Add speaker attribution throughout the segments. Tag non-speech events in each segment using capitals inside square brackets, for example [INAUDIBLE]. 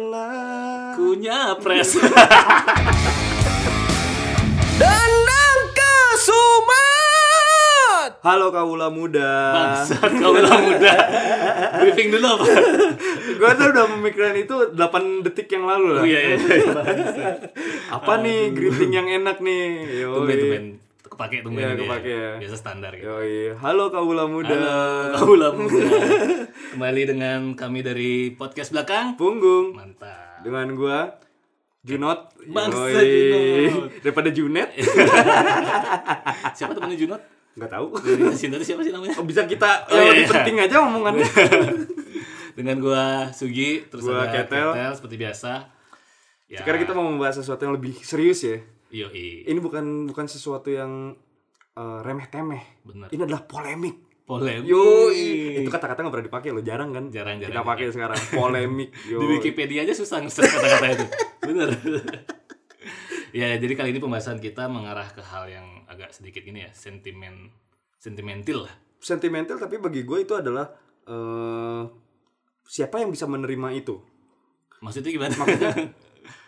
Speaker 1: Biarlah
Speaker 2: Ku
Speaker 1: [LAUGHS]
Speaker 2: nyapres.
Speaker 1: Ah. Danang ke Sumat Halo kaula muda
Speaker 2: Bangsat kau bilang muda. Briefing dulu
Speaker 1: [LAUGHS]
Speaker 2: apa?
Speaker 1: Gue tuh udah memikirkan itu 8 detik yang lalu lah
Speaker 2: Oh iya iya.
Speaker 1: Apa nih greeting yang enak nih Yoi.
Speaker 2: Tumben tumben. Kepake tumben.
Speaker 1: Iya,
Speaker 2: ini
Speaker 1: kepake ya.
Speaker 2: Biasa standar gitu.
Speaker 1: Yoi. Halo kaula muda
Speaker 2: Halo, kaulah muda. Kembali dengan kami dari podcast belakang.
Speaker 1: Punggung
Speaker 2: Mantap.
Speaker 1: Dengan gua Junot
Speaker 2: Bangsa
Speaker 1: Yoi.
Speaker 2: Junot.
Speaker 1: Daripada Junet
Speaker 2: Siapa temannya Junot?
Speaker 1: Gak tahu
Speaker 2: Dari Sinta itu siapa sih namanya?
Speaker 1: Oh, Bisa kita
Speaker 2: Oh, iya,
Speaker 1: lebih
Speaker 2: iya.
Speaker 1: penting aja
Speaker 2: [LAUGHS]
Speaker 1: omongannya
Speaker 2: Dengan gua Sugi, terus
Speaker 1: Gua
Speaker 2: ada
Speaker 1: Ketel.
Speaker 2: seperti biasa. Ya,
Speaker 1: Sekarang kita mau membahas sesuatu yang lebih serius ya
Speaker 2: Yoi.
Speaker 1: Ini bukan bukan sesuatu yang eh, remeh temeh.
Speaker 2: Bener.
Speaker 1: Ini adalah polemik.
Speaker 2: Polemik.
Speaker 1: Yoi. Itu kata-kata nggak pernah dipakai loh, jarang kan?
Speaker 2: Jarang,
Speaker 1: Kita
Speaker 2: jarang.
Speaker 1: pakai sekarang
Speaker 2: [LAUGHS]
Speaker 1: polemik. Yoi.
Speaker 2: Di Wikipedia aja susah ngeset kata-kata itu. Bener. [LAUGHS] ya, jadi kali ini pembahasan kita mengarah ke hal yang agak sedikit ini ya, sentimen sentimental lah.
Speaker 1: Sentimental tapi bagi gue itu adalah eh siapa yang bisa menerima itu?
Speaker 2: Maksudnya gimana?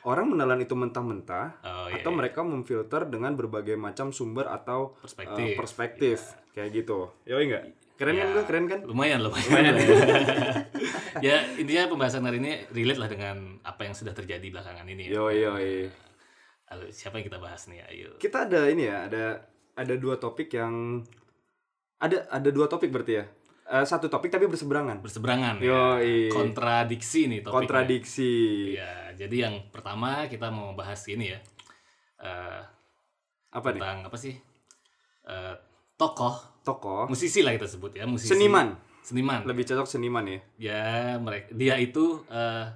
Speaker 1: Orang menelan itu mentah-mentah
Speaker 2: [LAUGHS] Oh, iya,
Speaker 1: atau mereka memfilter dengan berbagai macam sumber atau eh,
Speaker 2: Perspektif. Iya.
Speaker 1: perspektif. Kayak gitu. Yoi enggak? Keren kan
Speaker 2: Ya,
Speaker 1: gue? Keren kan?
Speaker 2: Lumayan, lumayan. lah [LAUGHS] ya. ya, intinya pembahasan hari ini relate lah dengan apa yang sudah terjadi belakangan ini ya.
Speaker 1: Yoi yoi.
Speaker 2: Lalu siapa yang kita bahas nih? Ayo.
Speaker 1: Kita ada ini ya, ada ada dua topik yang ada ada dua topik berarti ya. Eh, satu topik tapi berseberangan.
Speaker 2: Berseberangan
Speaker 1: Yoi.
Speaker 2: ya. Kontradiksi nih topiknya.
Speaker 1: kontradiksi
Speaker 2: Ya, jadi yang pertama kita mau bahas ini ya. Eh,
Speaker 1: apa nih
Speaker 2: tentang apa sih? Eh, tokoh
Speaker 1: tokoh
Speaker 2: musisi lah kita sebut ya musisi
Speaker 1: Seniman.
Speaker 2: seniman
Speaker 1: lebih cocok seniman ya
Speaker 2: ya mereka dia itu eh,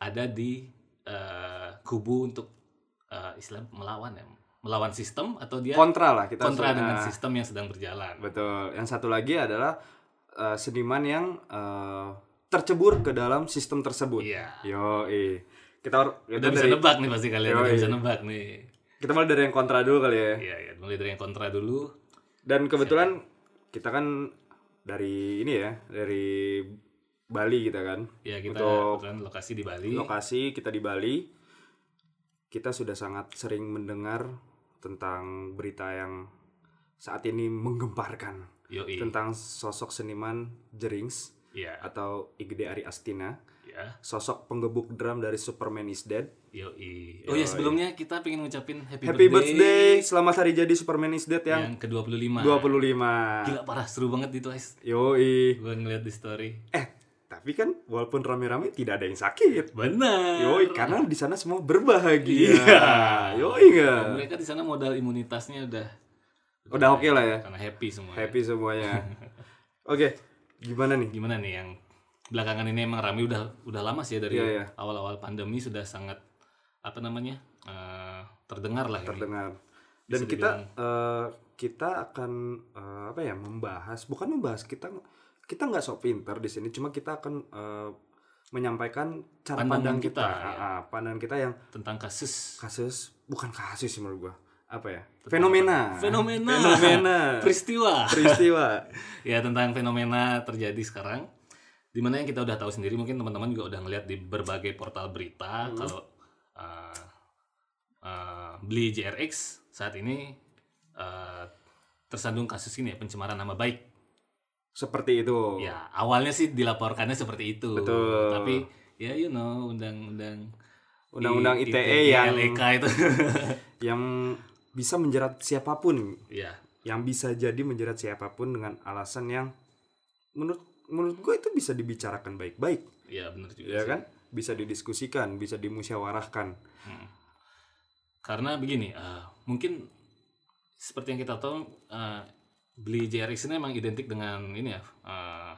Speaker 2: ada di eh, kubu untuk eh, istilah melawan ya melawan sistem atau dia
Speaker 1: kontra lah kita
Speaker 2: Iya. kontra
Speaker 1: harus-
Speaker 2: dengan
Speaker 1: nah,
Speaker 2: sistem yang sedang berjalan
Speaker 1: betul yang satu lagi adalah eh, seniman yang eh, tercebur ke dalam sistem tersebut
Speaker 2: iya
Speaker 1: yo kita or-
Speaker 2: udah
Speaker 1: kita
Speaker 2: bisa
Speaker 1: dari-
Speaker 2: nebak nih pasti kalian udah
Speaker 1: Yoi.
Speaker 2: bisa nebak nih
Speaker 1: kita mulai dari yang kontra dulu kali ya
Speaker 2: iya iya mulai dari yang kontra dulu
Speaker 1: dan kebetulan kita kan dari ini ya dari Bali kita kan
Speaker 2: ya kita
Speaker 1: Untuk-
Speaker 2: kebetulan lokasi di Bali
Speaker 1: lokasi kita di Bali kita sudah sangat sering mendengar tentang berita yang saat ini menggemparkan
Speaker 2: yoi
Speaker 1: tentang sosok seniman Jerings
Speaker 2: iya
Speaker 1: atau Igede Ari Astina
Speaker 2: ya
Speaker 1: sosok penggebuk drum dari Superman is Dead
Speaker 2: yoi oh ya sebelumnya kita pengen ngucapin happy,
Speaker 1: Happy
Speaker 2: birthday,
Speaker 1: birthday selamat hari jadi Superman is Dead yang
Speaker 2: yang ke-25
Speaker 1: 25
Speaker 2: gila parah seru banget itu guys
Speaker 1: yoi
Speaker 2: gue ngeliat di story
Speaker 1: eh tapi kan walaupun rame-rame tidak ada yang sakit
Speaker 2: benar
Speaker 1: yoi karena di sana semua berbahagia
Speaker 2: Iya.
Speaker 1: yoi enggak
Speaker 2: mereka di sana modal imunitasnya udah
Speaker 1: udah oke lah ya
Speaker 2: karena happy semua
Speaker 1: happy
Speaker 2: [LAUGHS]
Speaker 1: semuanya oke gimana nih
Speaker 2: gimana nih yang belakangan ini emang rame udah udah lama sih ya dari
Speaker 1: Iya, iya.
Speaker 2: awal-awal pandemi sudah sangat apa namanya eh, terdengar lah ini.
Speaker 1: terdengar dan
Speaker 2: Bisa
Speaker 1: kita eh, kita akan eh, apa ya membahas bukan membahas kita kita nggak sok pinter di sini cuma kita akan eh, menyampaikan cara
Speaker 2: Pandangan
Speaker 1: pandang kita,
Speaker 2: kita, ya.
Speaker 1: Ah, ah, pandangan kita yang
Speaker 2: tentang kasus
Speaker 1: kasus bukan kasus sih menurut gua apa ya fenomena
Speaker 2: fenomena [LAUGHS]
Speaker 1: fenomena
Speaker 2: peristiwa
Speaker 1: peristiwa
Speaker 2: ya tentang fenomena terjadi sekarang dimana yang kita udah tahu sendiri mungkin teman-teman juga udah ngeliat di berbagai portal berita
Speaker 1: Hmm.
Speaker 2: kalau uh, uh, beli JRX saat ini uh, tersandung kasus ini ya pencemaran nama baik
Speaker 1: seperti itu
Speaker 2: ya awalnya sih dilaporkannya seperti
Speaker 1: Oh.
Speaker 2: itu
Speaker 1: Betul.
Speaker 2: tapi ya you know undang-undang
Speaker 1: Undang-undang
Speaker 2: I- E ya,
Speaker 1: ITE yang-
Speaker 2: LEK itu [LAUGHS]
Speaker 1: yang bisa menjerat siapapun
Speaker 2: ya
Speaker 1: yang bisa jadi menjerat siapapun dengan alasan yang menurut menurut gue itu bisa dibicarakan baik-baik
Speaker 2: ya benar juga
Speaker 1: ya
Speaker 2: sih.
Speaker 1: kan bisa didiskusikan bisa dimusyawarahkan
Speaker 2: Hmm. Karena begini, eh, mungkin seperti yang kita tahu, eh, beli JRX ini emang identik dengan ini ya, eh,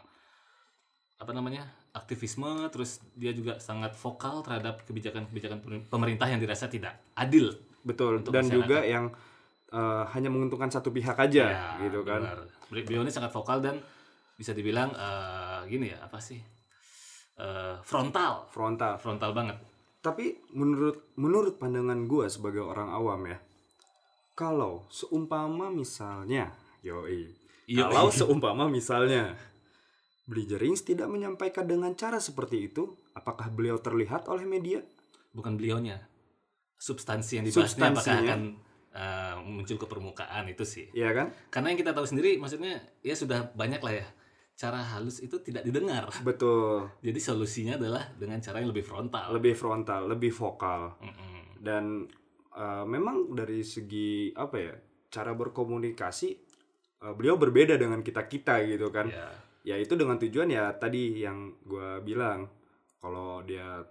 Speaker 2: apa namanya, aktivisme, terus dia juga sangat vokal terhadap kebijakan-kebijakan pemer- pemerintah yang dirasa tidak adil.
Speaker 1: betul
Speaker 2: Untuk
Speaker 1: dan
Speaker 2: masyarakat.
Speaker 1: juga yang eh, hanya menguntungkan satu pihak aja gitu kan
Speaker 2: Iya, Ya, benar. Beli- Beliau ini sangat vokal dan bisa dibilang eh, gini ya, apa sih, eh, frontal,
Speaker 1: frontal
Speaker 2: frontal banget.
Speaker 1: tapi menurut menurut pandangan gue sebagai orang awam ya kalau seumpama misalnya yoi
Speaker 2: Yoi.
Speaker 1: Nah, kalau seumpama misalnya Beli Jerings tidak menyampaikan dengan cara seperti itu. Apakah beliau terlihat oleh media?
Speaker 2: bukan beliaunya substansi yang dibahasnya apakah
Speaker 1: Substansinya.
Speaker 2: akan eh, muncul ke permukaan itu sih
Speaker 1: Iya kan?
Speaker 2: karena yang kita tahu sendiri maksudnya ya sudah banyak lah ya cara halus itu tidak didengar
Speaker 1: Betul.
Speaker 2: jadi solusinya adalah dengan cara yang lebih frontal
Speaker 1: Lebih frontal, lebih vokal.
Speaker 2: Mm-mm.
Speaker 1: dan eh, memang dari segi apa ya cara berkomunikasi eh, beliau berbeda dengan kita kita gitu kan
Speaker 2: ya
Speaker 1: ya itu dengan tujuan ya tadi yang gua bilang kalau dia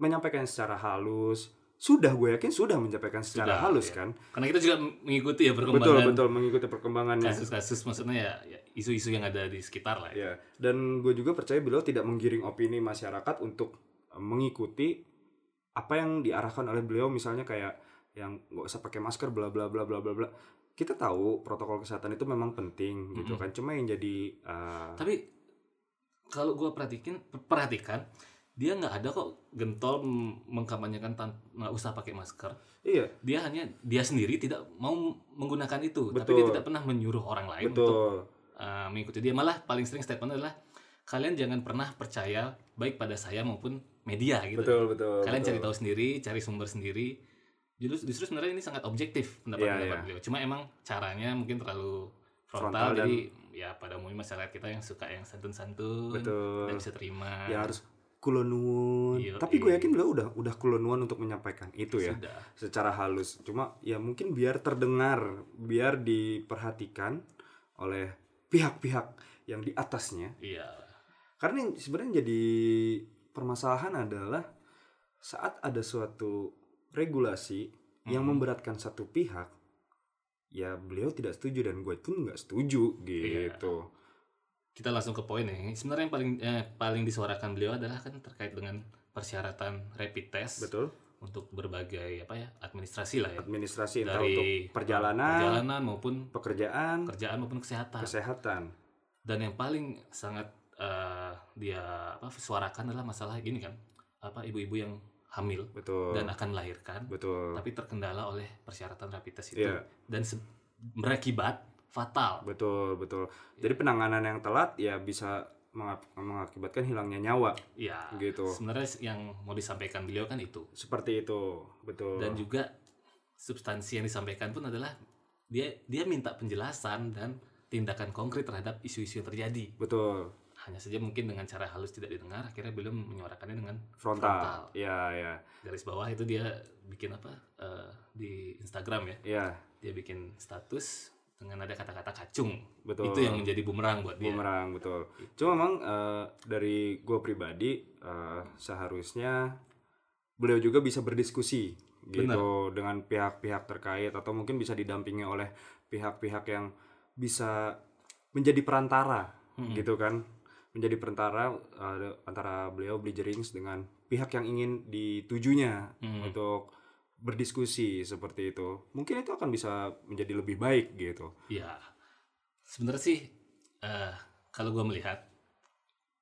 Speaker 1: menyampaikan secara halus sudah gue yakin sudah menyampaikan secara
Speaker 2: Sudah,
Speaker 1: halus
Speaker 2: ya.
Speaker 1: kan
Speaker 2: karena kita juga mengikuti ya
Speaker 1: betul
Speaker 2: perkembangan Eh,
Speaker 1: betul mengikuti perkembangannya
Speaker 2: kasus-kasus maksudnya ya ya, isu-isu yang ada di sekitar lah ya.
Speaker 1: ya dan gue juga percaya beliau tidak menggiring opini masyarakat untuk eh, mengikuti apa yang diarahkan oleh beliau misalnya kayak yang nggak usah pakai masker bla bla bla bla bla bla kita tahu protokol kesehatan itu memang penting gitu kan
Speaker 2: Mm-mm.
Speaker 1: cuma yang jadi eh,
Speaker 2: tapi kalau gua perhatikan perhatikan dia nggak ada kok gentol mem- mengkampanyekan tan- nggak usah pakai masker
Speaker 1: iya
Speaker 2: dia hanya dia sendiri tidak mau menggunakan itu tapi
Speaker 1: Betul.
Speaker 2: dia tidak pernah menyuruh orang lain untuk
Speaker 1: betul
Speaker 2: uh, mengikuti dia malah paling sering statement adalah kalian jangan pernah percaya baik pada saya maupun media gitu
Speaker 1: betul betul
Speaker 2: kalian
Speaker 1: betul.
Speaker 2: cari tahu sendiri cari sumber sendiri justru justru sebenarnya ini sangat objektif pendapat
Speaker 1: Iya,
Speaker 2: pendapat
Speaker 1: iya.
Speaker 2: beliau cuma emang caranya mungkin terlalu
Speaker 1: Frontal
Speaker 2: frontal,
Speaker 1: dan-
Speaker 2: jadi ya pada umumnya masyarakat kita yang suka yang santun-santun
Speaker 1: Betul.
Speaker 2: dan bisa terima
Speaker 1: ya harus kulonuwun
Speaker 2: Iya,
Speaker 1: tapi gue
Speaker 2: iya.
Speaker 1: yakin beliau udah udah kulonuwun untuk menyampaikan itu ya
Speaker 2: sudah
Speaker 1: secara halus cuma ya mungkin biar terdengar biar diperhatikan oleh pihak-pihak yang di atasnya
Speaker 2: iya
Speaker 1: karena yang sebenarnya jadi permasalahan adalah saat ada suatu regulasi yang
Speaker 2: Mhm.
Speaker 1: memberatkan satu pihak ya beliau tidak setuju dan gue pun nggak setuju
Speaker 2: Iya.
Speaker 1: gitu
Speaker 2: kita langsung ke poin ya. Sebenarnya yang paling eh, paling disuarakan beliau adalah kan terkait dengan persyaratan rapid test
Speaker 1: betul
Speaker 2: untuk berbagai apa ya administrasi lah ya
Speaker 1: administrasi entah untuk
Speaker 2: dari
Speaker 1: perjalanan,
Speaker 2: perjalanan maupun
Speaker 1: pekerjaan
Speaker 2: kerjaan maupun kesehatan.
Speaker 1: kesehatan
Speaker 2: Dan yang paling sangat eh, dia apa suarakan adalah masalah gini kan apa ibu-ibu yang hamil
Speaker 1: betul
Speaker 2: dan akan melahirkan
Speaker 1: betul
Speaker 2: tapi terkendala oleh persyaratan rapid test itu
Speaker 1: Iya.
Speaker 2: dan se- berakibat fatal.
Speaker 1: betul betul
Speaker 2: Iya.
Speaker 1: jadi penanganan yang telat ya bisa mengak- mengakibatkan hilangnya nyawa
Speaker 2: Ya.
Speaker 1: Gitu.
Speaker 2: Sebenarnya yang mau disampaikan beliau kan itu.
Speaker 1: seperti itu betul
Speaker 2: dan juga substansi yang disampaikan pun adalah dia dia minta penjelasan dan tindakan konkret terhadap isu-isu yang terjadi
Speaker 1: betul
Speaker 2: hanya saja mungkin dengan cara halus tidak didengar akhirnya belum menyuarakannya dengan Frontal.
Speaker 1: frontal, ya ya
Speaker 2: garis bawah itu dia bikin apa eh, di Instagram ya
Speaker 1: ya
Speaker 2: dia bikin status dengan ada kata-kata kacung
Speaker 1: betul
Speaker 2: itu yang menjadi bumerang buat dia Iya.
Speaker 1: bumerang betul cuma memang eh, dari gue pribadi eh, seharusnya beliau juga bisa berdiskusi gitu dengan pihak-pihak terkait atau mungkin bisa didampingi oleh pihak-pihak yang bisa menjadi perantara
Speaker 2: Mm-mm.
Speaker 1: gitu kan menjadi perantara eh, antara beliau beli jerings dengan pihak yang ingin ditujunya
Speaker 2: Mm-mm.
Speaker 1: untuk berdiskusi seperti itu mungkin itu akan bisa menjadi lebih baik gitu
Speaker 2: Ya, sebenarnya sih eh, kalau gue melihat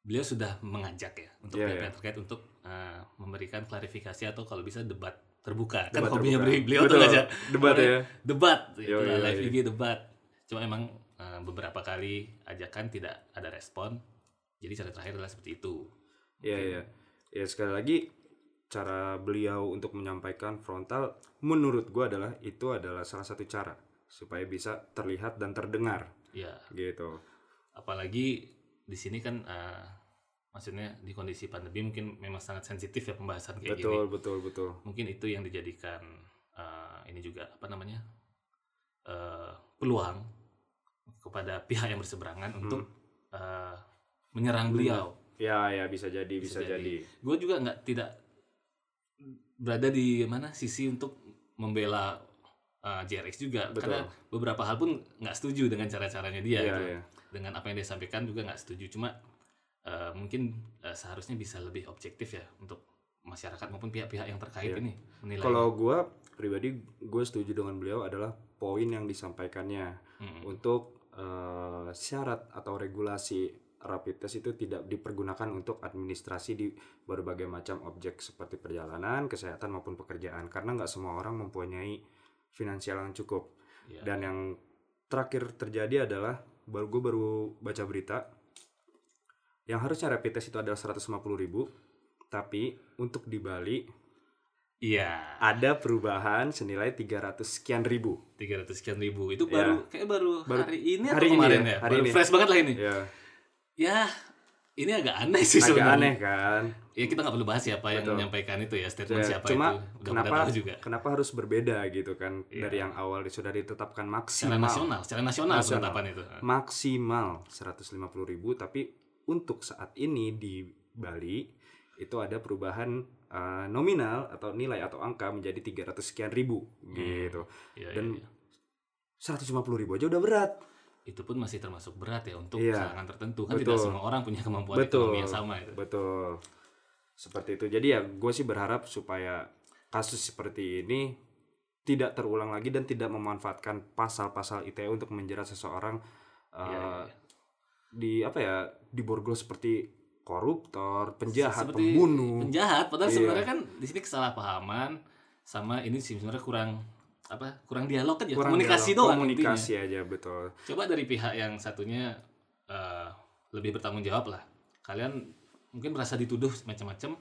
Speaker 2: beliau sudah mengajak ya untuk
Speaker 1: Iya,
Speaker 2: pihak-pihak terkait untuk eh, memberikan klarifikasi atau kalau bisa debat terbuka.
Speaker 1: Debat
Speaker 2: kan
Speaker 1: terbuka.
Speaker 2: hobinya beli- beliau
Speaker 1: Betul,
Speaker 2: tuh ngajak
Speaker 1: debat ya
Speaker 2: debat,
Speaker 1: Yo,
Speaker 2: itulah
Speaker 1: yo,
Speaker 2: live
Speaker 1: yo.
Speaker 2: IG debat. Cuma emang eh, beberapa kali ajakan tidak ada respon. Jadi cara terakhir adalah seperti itu.
Speaker 1: Iya iya. Ya sekali lagi cara beliau untuk menyampaikan frontal menurut gua adalah itu adalah salah satu cara supaya bisa terlihat dan terdengar
Speaker 2: Ya,
Speaker 1: gitu.
Speaker 2: apalagi di sini kan eh, maksudnya di kondisi pandemi mungkin memang sangat sensitif ya pembahasan kayak gini.
Speaker 1: betul betul betul.
Speaker 2: mungkin itu yang dijadikan eh, ini juga apa namanya eh, peluang kepada pihak yang berseberangan untuk
Speaker 1: Hmm.
Speaker 2: eh, menyerang beliau.
Speaker 1: Ya ya bisa jadi bisa,
Speaker 2: Bisa
Speaker 1: jadi.
Speaker 2: jadi. Gue juga nggak tidak berada di mana sisi untuk membela eh, JRX juga
Speaker 1: Betul.
Speaker 2: karena beberapa hal pun nggak setuju dengan cara-caranya dia
Speaker 1: Iya,
Speaker 2: gitu.
Speaker 1: iya.
Speaker 2: dengan apa yang dia sampaikan juga nggak setuju cuma eh, mungkin eh, seharusnya bisa lebih objektif ya untuk masyarakat maupun pihak-pihak yang terkait
Speaker 1: Iya.
Speaker 2: ini menilai
Speaker 1: Kalau gua pribadi gue setuju dengan beliau adalah poin yang disampaikannya
Speaker 2: Mm-mm.
Speaker 1: untuk eh, syarat atau regulasi rapid test itu tidak dipergunakan untuk administrasi di berbagai macam objek seperti perjalanan, kesehatan maupun pekerjaan karena nggak semua orang mempunyai finansial yang cukup.
Speaker 2: Iya.
Speaker 1: Dan yang terakhir terjadi adalah baru gue baru baca berita yang harusnya rapid test itu adalah 150.000 tapi untuk di Bali
Speaker 2: Iya,
Speaker 1: ada perubahan senilai 300 sekian ribu.
Speaker 2: tiga ratus sekian ribu itu baru kayak baru,
Speaker 1: Iya. Baru-
Speaker 2: hari ini
Speaker 1: hari
Speaker 2: atau
Speaker 1: ini
Speaker 2: kemarin
Speaker 1: ya,
Speaker 2: ya,
Speaker 1: hari
Speaker 2: baru
Speaker 1: ini.
Speaker 2: fresh banget lah ini.
Speaker 1: Ya,
Speaker 2: Ya, ini agak aneh sih
Speaker 1: agak
Speaker 2: sebenarnya.
Speaker 1: aneh kan.
Speaker 2: Ya kita nggak perlu bahas siapa yang
Speaker 1: Betul.
Speaker 2: menyampaikan itu ya statement
Speaker 1: Ya,
Speaker 2: siapa itu.
Speaker 1: Cuma
Speaker 2: Udah pada
Speaker 1: kenapa
Speaker 2: tahu juga.
Speaker 1: kenapa harus berbeda gitu kan
Speaker 2: Iya.
Speaker 1: dari yang awal sudah ditetapkan
Speaker 2: Secara
Speaker 1: maksimal
Speaker 2: nasional, secara nasional,
Speaker 1: Nasional.
Speaker 2: penetapan itu.
Speaker 1: maksimal 150.000 tapi untuk saat ini di Bali itu ada perubahan eh, nominal atau nilai atau angka menjadi 300 sekian ribu gitu.
Speaker 2: Ya,
Speaker 1: Dan
Speaker 2: ya, ya.
Speaker 1: 150.000 aja udah berat.
Speaker 2: itu pun masih termasuk berat ya untuk
Speaker 1: Iya.
Speaker 2: kalangan tertentu kan tidak
Speaker 1: Betul.
Speaker 2: semua orang punya kemampuan
Speaker 1: Betul.
Speaker 2: ekonomi yang sama itu.
Speaker 1: Betul. Seperti itu. Jadi ya gue sih berharap supaya kasus seperti ini tidak terulang lagi dan tidak memanfaatkan pasal-pasal ITE untuk menjerat seseorang eh,
Speaker 2: Iya, iya, iya.
Speaker 1: di apa ya diborgol seperti koruptor, penjahat,
Speaker 2: Seperti
Speaker 1: pembunuh.
Speaker 2: penjahat
Speaker 1: Iya.
Speaker 2: padahal sebenarnya kan di sini kesalahpahaman sama ini sih sebenarnya kurang apa kurang dialog aja
Speaker 1: kurang
Speaker 2: ya, komunikasi
Speaker 1: dialog.
Speaker 2: doang
Speaker 1: Komunikasi aja betul.
Speaker 2: intinya. coba dari pihak yang satunya eh, lebih bertanggung jawab lah kalian mungkin merasa dituduh macam-macam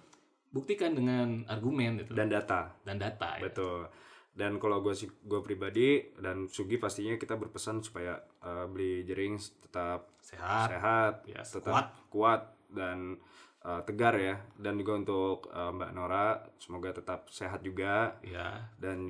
Speaker 2: buktikan dengan argumen gitu
Speaker 1: Dan data.
Speaker 2: dan data ya.
Speaker 1: Betul. Dan kalau gue sih gue pribadi dan Sugi pastinya kita berpesan supaya eh, beli jering tetap
Speaker 2: sehat
Speaker 1: sehat,
Speaker 2: ya,
Speaker 1: tetap
Speaker 2: kuat.
Speaker 1: kuat, dan uh, tegar ya. Dan juga untuk uh, Mbak Nora semoga tetap sehat juga
Speaker 2: ya
Speaker 1: dan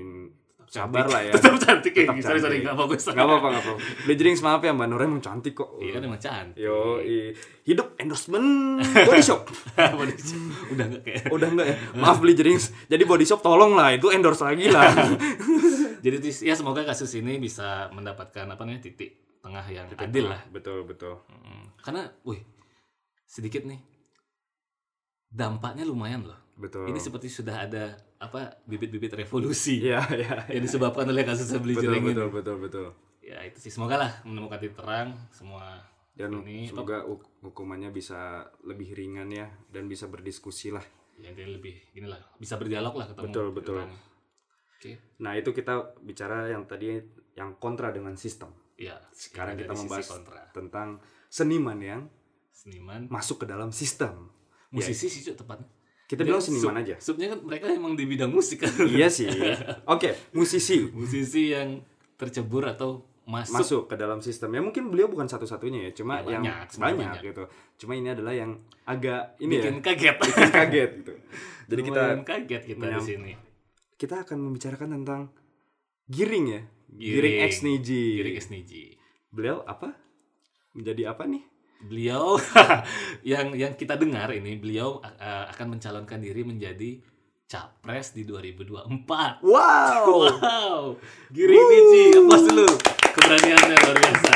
Speaker 2: cantik.
Speaker 1: sabar lah ya.
Speaker 2: [LAUGHS] tetap cantik ya
Speaker 1: Tetap
Speaker 2: sorry sorry
Speaker 1: cantik.
Speaker 2: nggak fokus
Speaker 1: Gak apa-apa, gak apa-apa. Bleedrings, maaf ya Mbak Nora emang cantik kok.
Speaker 2: iya kan emang cantik
Speaker 1: Yo, iya.
Speaker 2: [LAUGHS]
Speaker 1: hidup endorsement body shop.
Speaker 2: Body shape. udah nggak kayak
Speaker 1: Udah enggak ya? Maaf Bleedrings. Jadi body shop tolong lah, itu endorse lagi lah.
Speaker 2: jadi tis- ya semoga kasus ini bisa mendapatkan apa namanya titik tengah yang [LAUGHS] adil lah
Speaker 1: Betul, betul.
Speaker 2: Mm, karena wih sedikit nih dampaknya lumayan loh
Speaker 1: Betul.
Speaker 2: ini seperti sudah ada apa bibit-bibit revolusi
Speaker 1: Hmm. Iya, iya.
Speaker 2: yang disebabkan oleh kasus beli
Speaker 1: Betul,
Speaker 2: ini
Speaker 1: betul, betul, betul.
Speaker 2: ya itu sih semoga lah menemukan titik terang semua
Speaker 1: dan
Speaker 2: ini apa,
Speaker 1: semoga huk- hukumannya bisa lebih ringan ya dan bisa berdiskusi lah
Speaker 2: ya, intinya lebih inilah bisa berdialog lah ketemu
Speaker 1: Betul,
Speaker 2: titik
Speaker 1: betul.
Speaker 2: terangnya. oke
Speaker 1: nah itu kita bicara yang tadi yang kontra dengan sistem
Speaker 2: ya
Speaker 1: sekarang
Speaker 2: ini
Speaker 1: kita
Speaker 2: dari sisi
Speaker 1: membahas
Speaker 2: kontra
Speaker 1: tentang seniman yang
Speaker 2: seniman
Speaker 1: masuk ke dalam sistem
Speaker 2: musisi sih Cuk, tepatnya
Speaker 1: Ya, kita
Speaker 2: Iya. Dia
Speaker 1: bilang
Speaker 2: sub-
Speaker 1: seniman aja
Speaker 2: subnya kan mereka emang di bidang musik kan
Speaker 1: iya sih oke musisi
Speaker 2: musisi yang tercebur atau masuk,
Speaker 1: masuk ke dalam sistem ya mungkin beliau bukan satu-satunya ya cuma
Speaker 2: Ya,
Speaker 1: yang
Speaker 2: banyak,
Speaker 1: banyak,
Speaker 2: sebenarnya banyak.
Speaker 1: gitu cuma ini adalah yang agak ini
Speaker 2: [LAUGHS] bikin
Speaker 1: ya
Speaker 2: kaget
Speaker 1: bikin [LAUGHS] kaget gitu jadi kita
Speaker 2: Lumayan kaget kita di
Speaker 1: menyam-
Speaker 2: sini
Speaker 1: kita akan membicarakan tentang giring ya giring,
Speaker 2: Giring.
Speaker 1: X Niji
Speaker 2: Giring Esniji
Speaker 1: beliau apa menjadi apa nih
Speaker 2: beliau [LAUGHS] yang yang kita dengar ini beliau uh, akan mencalonkan diri menjadi capres di 2024
Speaker 1: wow
Speaker 2: wow Giring Niji aplaus dulu keberaniannya luar biasa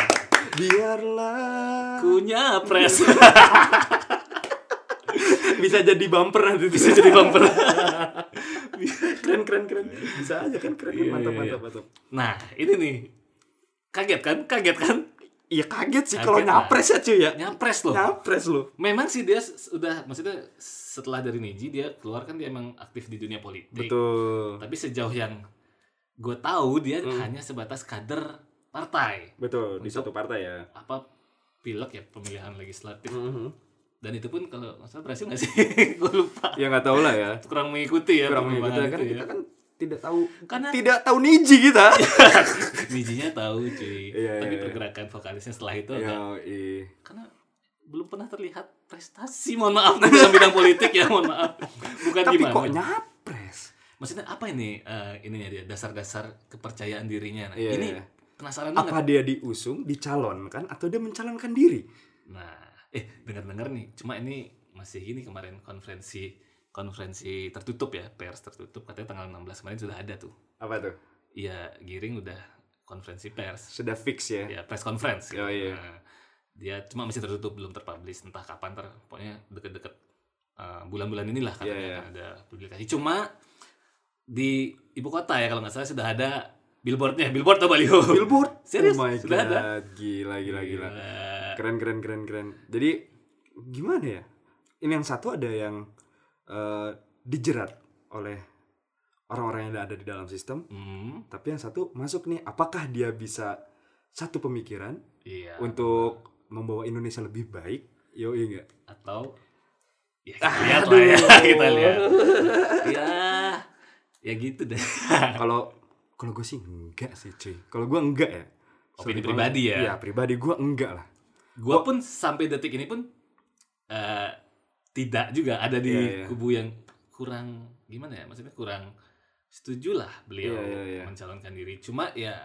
Speaker 1: biarlah
Speaker 2: kunya pres [LAUGHS]
Speaker 1: bisa jadi bumper nanti [LAUGHS]
Speaker 2: bisa jadi bumper
Speaker 1: keren keren keren bisa aja kan keren kan?
Speaker 2: Iya,
Speaker 1: mantap
Speaker 2: iya, iya.
Speaker 1: mantap mantap
Speaker 2: nah ini nih kaget kan kaget kan
Speaker 1: iya kaget sih kalau
Speaker 2: Kaget lah.
Speaker 1: nyapres ya cuy ya
Speaker 2: nyapres loh
Speaker 1: nyapres lo
Speaker 2: Memang sih dia sudah maksudnya setelah dari Niji dia keluar kan dia emang aktif di dunia politik.
Speaker 1: betul
Speaker 2: Tapi sejauh yang gue tahu dia
Speaker 1: Hmm.
Speaker 2: hanya sebatas kader partai
Speaker 1: betul di satu partai ya
Speaker 2: apa pilek ya pemilihan legislatif
Speaker 1: Mhm.
Speaker 2: dan itu pun kalau nggak salah berhasil nggak sih [LAUGHS] gue lupa
Speaker 1: ya nggak tahu lah ya
Speaker 2: kurang mengikuti ya
Speaker 1: kurang
Speaker 2: perkembangan
Speaker 1: mengikuti kan
Speaker 2: itu
Speaker 1: kita
Speaker 2: ya.
Speaker 1: kan tidak tahu
Speaker 2: karena Iya.
Speaker 1: tidak tahu niji kita
Speaker 2: Nijinya ya. tahu
Speaker 1: [LAUGHS]
Speaker 2: cuy
Speaker 1: Iya,
Speaker 2: tapi
Speaker 1: iya, iya.
Speaker 2: pergerakan vokalisnya setelah itu
Speaker 1: ya
Speaker 2: agak-
Speaker 1: iya.
Speaker 2: karena belum pernah terlihat prestasi mohon maaf [LAUGHS] dalam bidang politik ya mohon maaf bukan
Speaker 1: tapi
Speaker 2: Kan gimana
Speaker 1: kok nyapres
Speaker 2: maksudnya apa ini eh, ininya dia dasar-dasar kepercayaan dirinya nah,
Speaker 1: Iya,
Speaker 2: ini
Speaker 1: iya.
Speaker 2: penasaran banget
Speaker 1: apa dia diusung dicalonkan atau dia mencalonkan diri
Speaker 2: nah eh dengar-dengar nih cuma ini masih ini kemarin konferensi konferensi tertutup ya pers tertutup katanya tanggal 16 kemarin sudah ada tuh
Speaker 1: apa tuh
Speaker 2: iya Giring udah konferensi pers
Speaker 1: sudah fix ya
Speaker 2: ya press conference
Speaker 1: Oh, iya.
Speaker 2: Nah, dia cuma masih tertutup belum terpublish entah kapan ter pokoknya deket-deket eh, bulan-bulan inilah katanya
Speaker 1: Iya, iya.
Speaker 2: akan ada publikasi cuma di ibu kota ya kalau nggak salah sudah ada billboardnya billboard atau baliho
Speaker 1: billboard
Speaker 2: Serius,
Speaker 1: oh my
Speaker 2: sudah
Speaker 1: god
Speaker 2: ada.
Speaker 1: gila gila gila
Speaker 2: Gila.
Speaker 1: keren keren keren keren jadi gimana ya ini yang satu ada yang eh, dijerat oleh orang-orang yang ada di dalam sistem
Speaker 2: Hmm,
Speaker 1: tapi yang satu masuk nih apakah dia bisa satu pemikiran
Speaker 2: iya.
Speaker 1: untuk membawa Indonesia lebih baik iya Yoi
Speaker 2: [LAUGHS]
Speaker 1: enggak?
Speaker 2: atau ya [LAUGHS] kita lihat lah ya kita lihat [LAUGHS] ya ya gitu deh
Speaker 1: Kalau kalau gue sih enggak sih cuy. Kalau gue enggak ya.
Speaker 2: Opini
Speaker 1: Sorry,
Speaker 2: pribadi
Speaker 1: kalau-
Speaker 2: ya.
Speaker 1: Iya pribadi gue enggak lah.
Speaker 2: gue
Speaker 1: Oh.
Speaker 2: pun sampai detik ini pun eh, tidak juga ada di
Speaker 1: Iya, iya.
Speaker 2: kubu yang kurang gimana ya maksudnya kurang setuju lah beliau
Speaker 1: Iya, iya, iya.
Speaker 2: mencalonkan diri cuma ya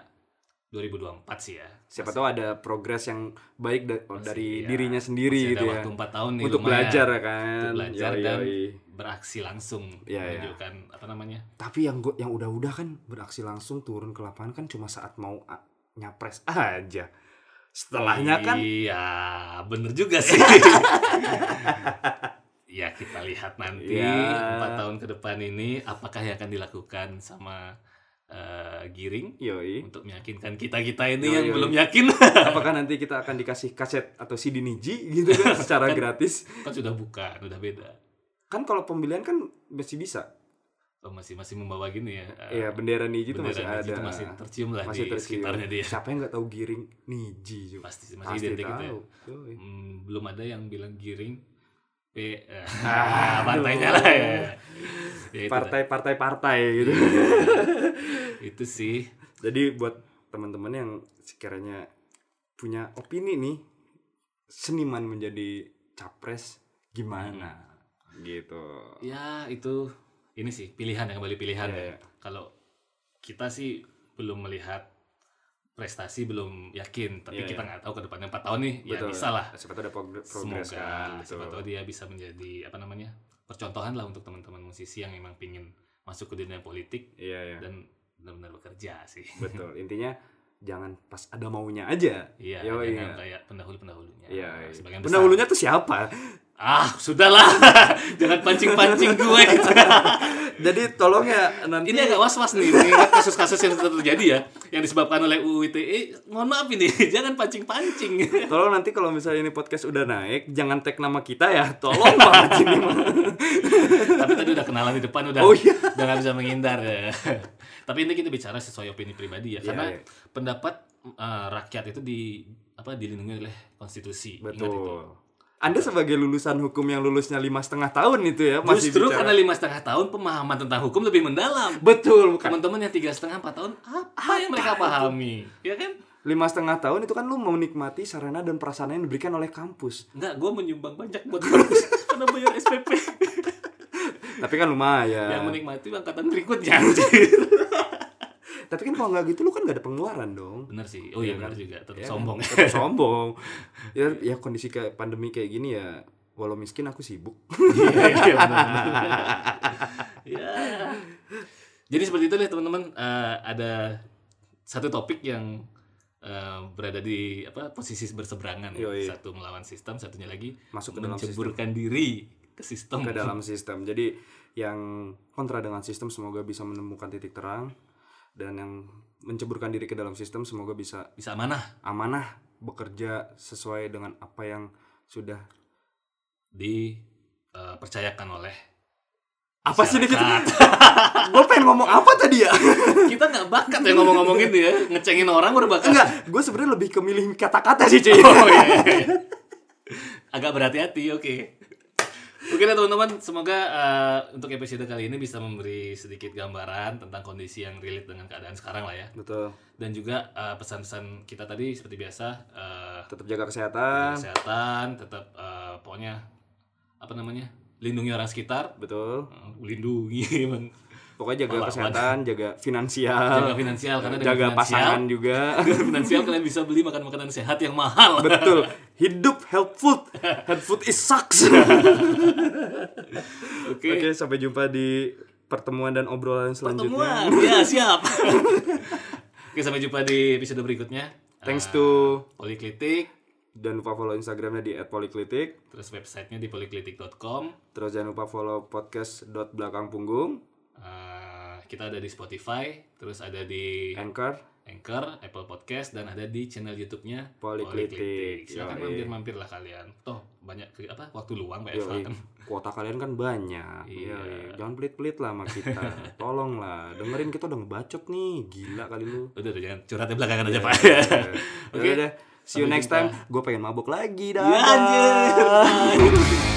Speaker 2: 2024 sih ya
Speaker 1: Siapa tahu ada progres yang baik da- dari
Speaker 2: Iya,
Speaker 1: dirinya
Speaker 2: masih
Speaker 1: sendiri
Speaker 2: ada
Speaker 1: gitu ya.
Speaker 2: waktu 4 tahun nih
Speaker 1: Untuk
Speaker 2: lumayan.
Speaker 1: belajar ya kan.
Speaker 2: Untuk belajar
Speaker 1: Yoi,
Speaker 2: dan
Speaker 1: yoi.
Speaker 2: beraksi langsung
Speaker 1: Iya, iya.
Speaker 2: menunjukkan apa namanya
Speaker 1: Tapi yang gua yang udah-udah kan beraksi langsung turun ke lapangan kan cuma saat mau a- nyapres [LAUGHS] aja. Setelahnya kan
Speaker 2: Iya, bener
Speaker 1: [LAUGHS]
Speaker 2: juga sih. ya kita lihat nanti
Speaker 1: Ya.
Speaker 2: empat tahun ke depan ini apakah yang akan dilakukan sama eh, Giring
Speaker 1: yoi.
Speaker 2: untuk meyakinkan kita kita ini
Speaker 1: Yoi,
Speaker 2: yang
Speaker 1: yoi.
Speaker 2: belum yakin. [LAUGHS]
Speaker 1: Apakah nanti kita akan dikasih kaset atau CD Niji gitu
Speaker 2: [LAUGHS]
Speaker 1: kan secara
Speaker 2: Kan-
Speaker 1: gratis?
Speaker 2: kan sudah bukan, udah beda.
Speaker 1: Kan kalau pembelian kan masih bisa.
Speaker 2: Oh, masih masih membawa gini ya. eh,
Speaker 1: Iya, bendera Niji itu
Speaker 2: bendera
Speaker 1: masih
Speaker 2: Niji
Speaker 1: ada.
Speaker 2: itu masih tercium lah
Speaker 1: Masih
Speaker 2: di
Speaker 1: tercium.
Speaker 2: sekitarnya dia.
Speaker 1: Siapa yang nggak tahu giring Niji juga.
Speaker 2: Pasti masih identik gitu ya.
Speaker 1: Yoi.
Speaker 2: Hmm, belum ada yang bilang Giring P eh, [LAUGHS]
Speaker 1: Ah,
Speaker 2: partainya
Speaker 1: aduh.
Speaker 2: lah ya. Ya, itu dah.
Speaker 1: Partai-partai-partai gitu.
Speaker 2: Iya. itu sih
Speaker 1: Jadi buat teman-teman yang sekiranya punya opini nih seniman menjadi capres gimana
Speaker 2: Hmm.
Speaker 1: gitu.
Speaker 2: ya itu ini sih pilihan ya kembali pilihan
Speaker 1: Iya,
Speaker 2: ya.
Speaker 1: iya.
Speaker 2: kalau kita sih belum melihat prestasi belum yakin tapi
Speaker 1: Iya,
Speaker 2: kita
Speaker 1: iya.
Speaker 2: nggak tahu ke depannya 4 tahun nih ya bisa lah
Speaker 1: Siapa tahu ada prog- progres
Speaker 2: semoga
Speaker 1: kan. betul.
Speaker 2: siapa tahu dia bisa menjadi apa namanya percontohan lah untuk teman-teman musisi yang memang pingin masuk ke dunia politik
Speaker 1: Iya iya.
Speaker 2: dan benar-benar bekerja sih
Speaker 1: Betul. Intinya jangan pas ada maunya aja.
Speaker 2: iya
Speaker 1: Yo,
Speaker 2: jangan
Speaker 1: iya.
Speaker 2: kayak pendahulu pendahulunya
Speaker 1: Iya. iya.
Speaker 2: sebagian besar
Speaker 1: Pendahulunya tuh
Speaker 2: [LAUGHS]
Speaker 1: siapa?
Speaker 2: ah sudahlah [LAUGHS] jangan pancing-pancing gue gitu
Speaker 1: [LAUGHS] Jadi tolong ya nanti
Speaker 2: Ini agak was-was nih mengingat kasus-kasus yang sudah terjadi ya, yang disebabkan oleh UU ITE. E. Mohon maaf ini, [LAUGHS] jangan pancing-pancing.
Speaker 1: Tolong nanti kalau misalnya ini podcast udah naik, jangan tag nama kita ya. Tolong banget ini. mah.
Speaker 2: Tapi tadi udah kenalan di depan udah
Speaker 1: Oh, iya.
Speaker 2: udah nggak bisa menghindar. [LAUGHS] ya. Tapi ini kita bicara sesuai opini pribadi ya,
Speaker 1: Iya,
Speaker 2: karena
Speaker 1: iya.
Speaker 2: pendapat eh, rakyat itu di apa dilindungi oleh konstitusi. Ingat itu.
Speaker 1: Betul. Anda sebagai lulusan hukum yang lulusnya lima setengah tahun itu ya masih
Speaker 2: Justru
Speaker 1: bicara.
Speaker 2: karena lima setengah tahun pemahaman tentang hukum lebih mendalam.
Speaker 1: betul bukan
Speaker 2: Teman-teman yang tiga setengah empat tahun apa, yang mereka pahami? Ya kan?
Speaker 1: lima setengah tahun itu kan lu menikmati sarana dan prasarana yang diberikan oleh kampus.
Speaker 2: Enggak, gue menyumbang banyak buat kampus [LAUGHS] karena bayar SPP.
Speaker 1: Tapi kan lumayan.
Speaker 2: yang menikmati angkatan [LAUGHS] berikutnya anjir.
Speaker 1: Tapi kan kalau nggak gitu lu kan nggak ada pengeluaran dong.
Speaker 2: bener sih oh
Speaker 1: Iya
Speaker 2: iya bener
Speaker 1: kan?
Speaker 2: juga tetap
Speaker 1: Ya,
Speaker 2: [LAUGHS] sombong
Speaker 1: tetap sombong. Ya, ya kondisi kayak pandemi kayak gini ya, walau miskin aku sibuk.
Speaker 2: iya iya bener, bener. ya jadi seperti itu deh teman-teman Eh, ada satu topik yang eh, berada di apa posisi berseberangan ya.
Speaker 1: Yoi.
Speaker 2: satu melawan sistem satunya lagi
Speaker 1: Masuk ke dalam sistem.
Speaker 2: menceburkan diri ke sistem
Speaker 1: ke
Speaker 2: [LAUGHS]
Speaker 1: dalam sistem. Jadi yang kontra dengan sistem semoga bisa menemukan titik terang dan yang menceburkan diri ke dalam sistem semoga bisa
Speaker 2: bisa amanah
Speaker 1: amanah bekerja sesuai dengan apa yang sudah
Speaker 2: dipercayakan eh, oleh
Speaker 1: apa sih ini kita [LAUGHS]
Speaker 2: masyarakat.
Speaker 1: gue pengen ngomong apa tadi ya [LAUGHS]
Speaker 2: kita nggak bakat ya ngomong-ngomongin ya ngecengin orang berbakat
Speaker 1: enggak gue sebenarnya lebih ke milih kata-kata sih cuy
Speaker 2: Oh iya. iya, iya. Agak berhati-hati, oke. Oke deh teman-teman, semoga eh, untuk episode kali ini bisa memberi sedikit gambaran tentang kondisi yang relate dengan keadaan sekarang lah ya.
Speaker 1: [LAUGHS] betul
Speaker 2: Dan juga eh, pesan-pesan kita tadi seperti biasa eh,
Speaker 1: tetap jaga kesehatan
Speaker 2: kesehatan, tetap eh, pokoknya apa namanya? lindungi orang sekitar,
Speaker 1: betul
Speaker 2: Eh, lindungi [LAUGHS] emang
Speaker 1: pokoknya jaga
Speaker 2: Melawan.
Speaker 1: kesehatan jaga
Speaker 2: jaga
Speaker 1: finansial
Speaker 2: finansial karena dengan
Speaker 1: jaga
Speaker 2: finansial-
Speaker 1: pasangan juga
Speaker 2: [LAUGHS] dengan finansial kalian bisa beli makan makanan sehat yang mahal.
Speaker 1: betul hidup health food health food is
Speaker 2: [LAUGHS]
Speaker 1: sucks
Speaker 2: Oke.
Speaker 1: Oke, sampai jumpa di pertemuan dan obrolan selanjutnya.
Speaker 2: pertemuan [LAUGHS] ya siap oke sampai jumpa di episode berikutnya
Speaker 1: Thanks
Speaker 2: Eh,
Speaker 1: to
Speaker 2: poliklitik
Speaker 1: dan lupa follow Instagramnya di @poliklitik.
Speaker 2: terus websitenya di poliklitik.com
Speaker 1: Terus jangan lupa follow podcast dot belakang punggung,
Speaker 2: Eh, kita ada di Spotify terus ada di
Speaker 1: Anchor,
Speaker 2: Anchor Apple Podcast dan ada di channel YouTube-nya
Speaker 1: Poliklitik.
Speaker 2: silakan
Speaker 1: Yoi.
Speaker 2: mampir-mampir lah kalian toh banyak ke- apa waktu luang Mbak Eva
Speaker 1: Yoi.
Speaker 2: kan
Speaker 1: Kuota kalian kan banyak.
Speaker 2: Iya.
Speaker 1: Yoi. Jangan pelit-pelit lah sama
Speaker 2: [LAUGHS]
Speaker 1: kita. Tolong lah. Dengerin kita udah ngebacot nih. Gila kali lu.
Speaker 2: [LAUGHS] udah udah jangan curhatnya belakangan aja Pak [LAUGHS]
Speaker 1: Iya.
Speaker 2: oke
Speaker 1: Yaudah deh. See you
Speaker 2: Sampai
Speaker 1: next
Speaker 2: jumpa.
Speaker 1: time. Gue pengen mabok lagi dah.
Speaker 2: [LAUGHS] Ya, anjir.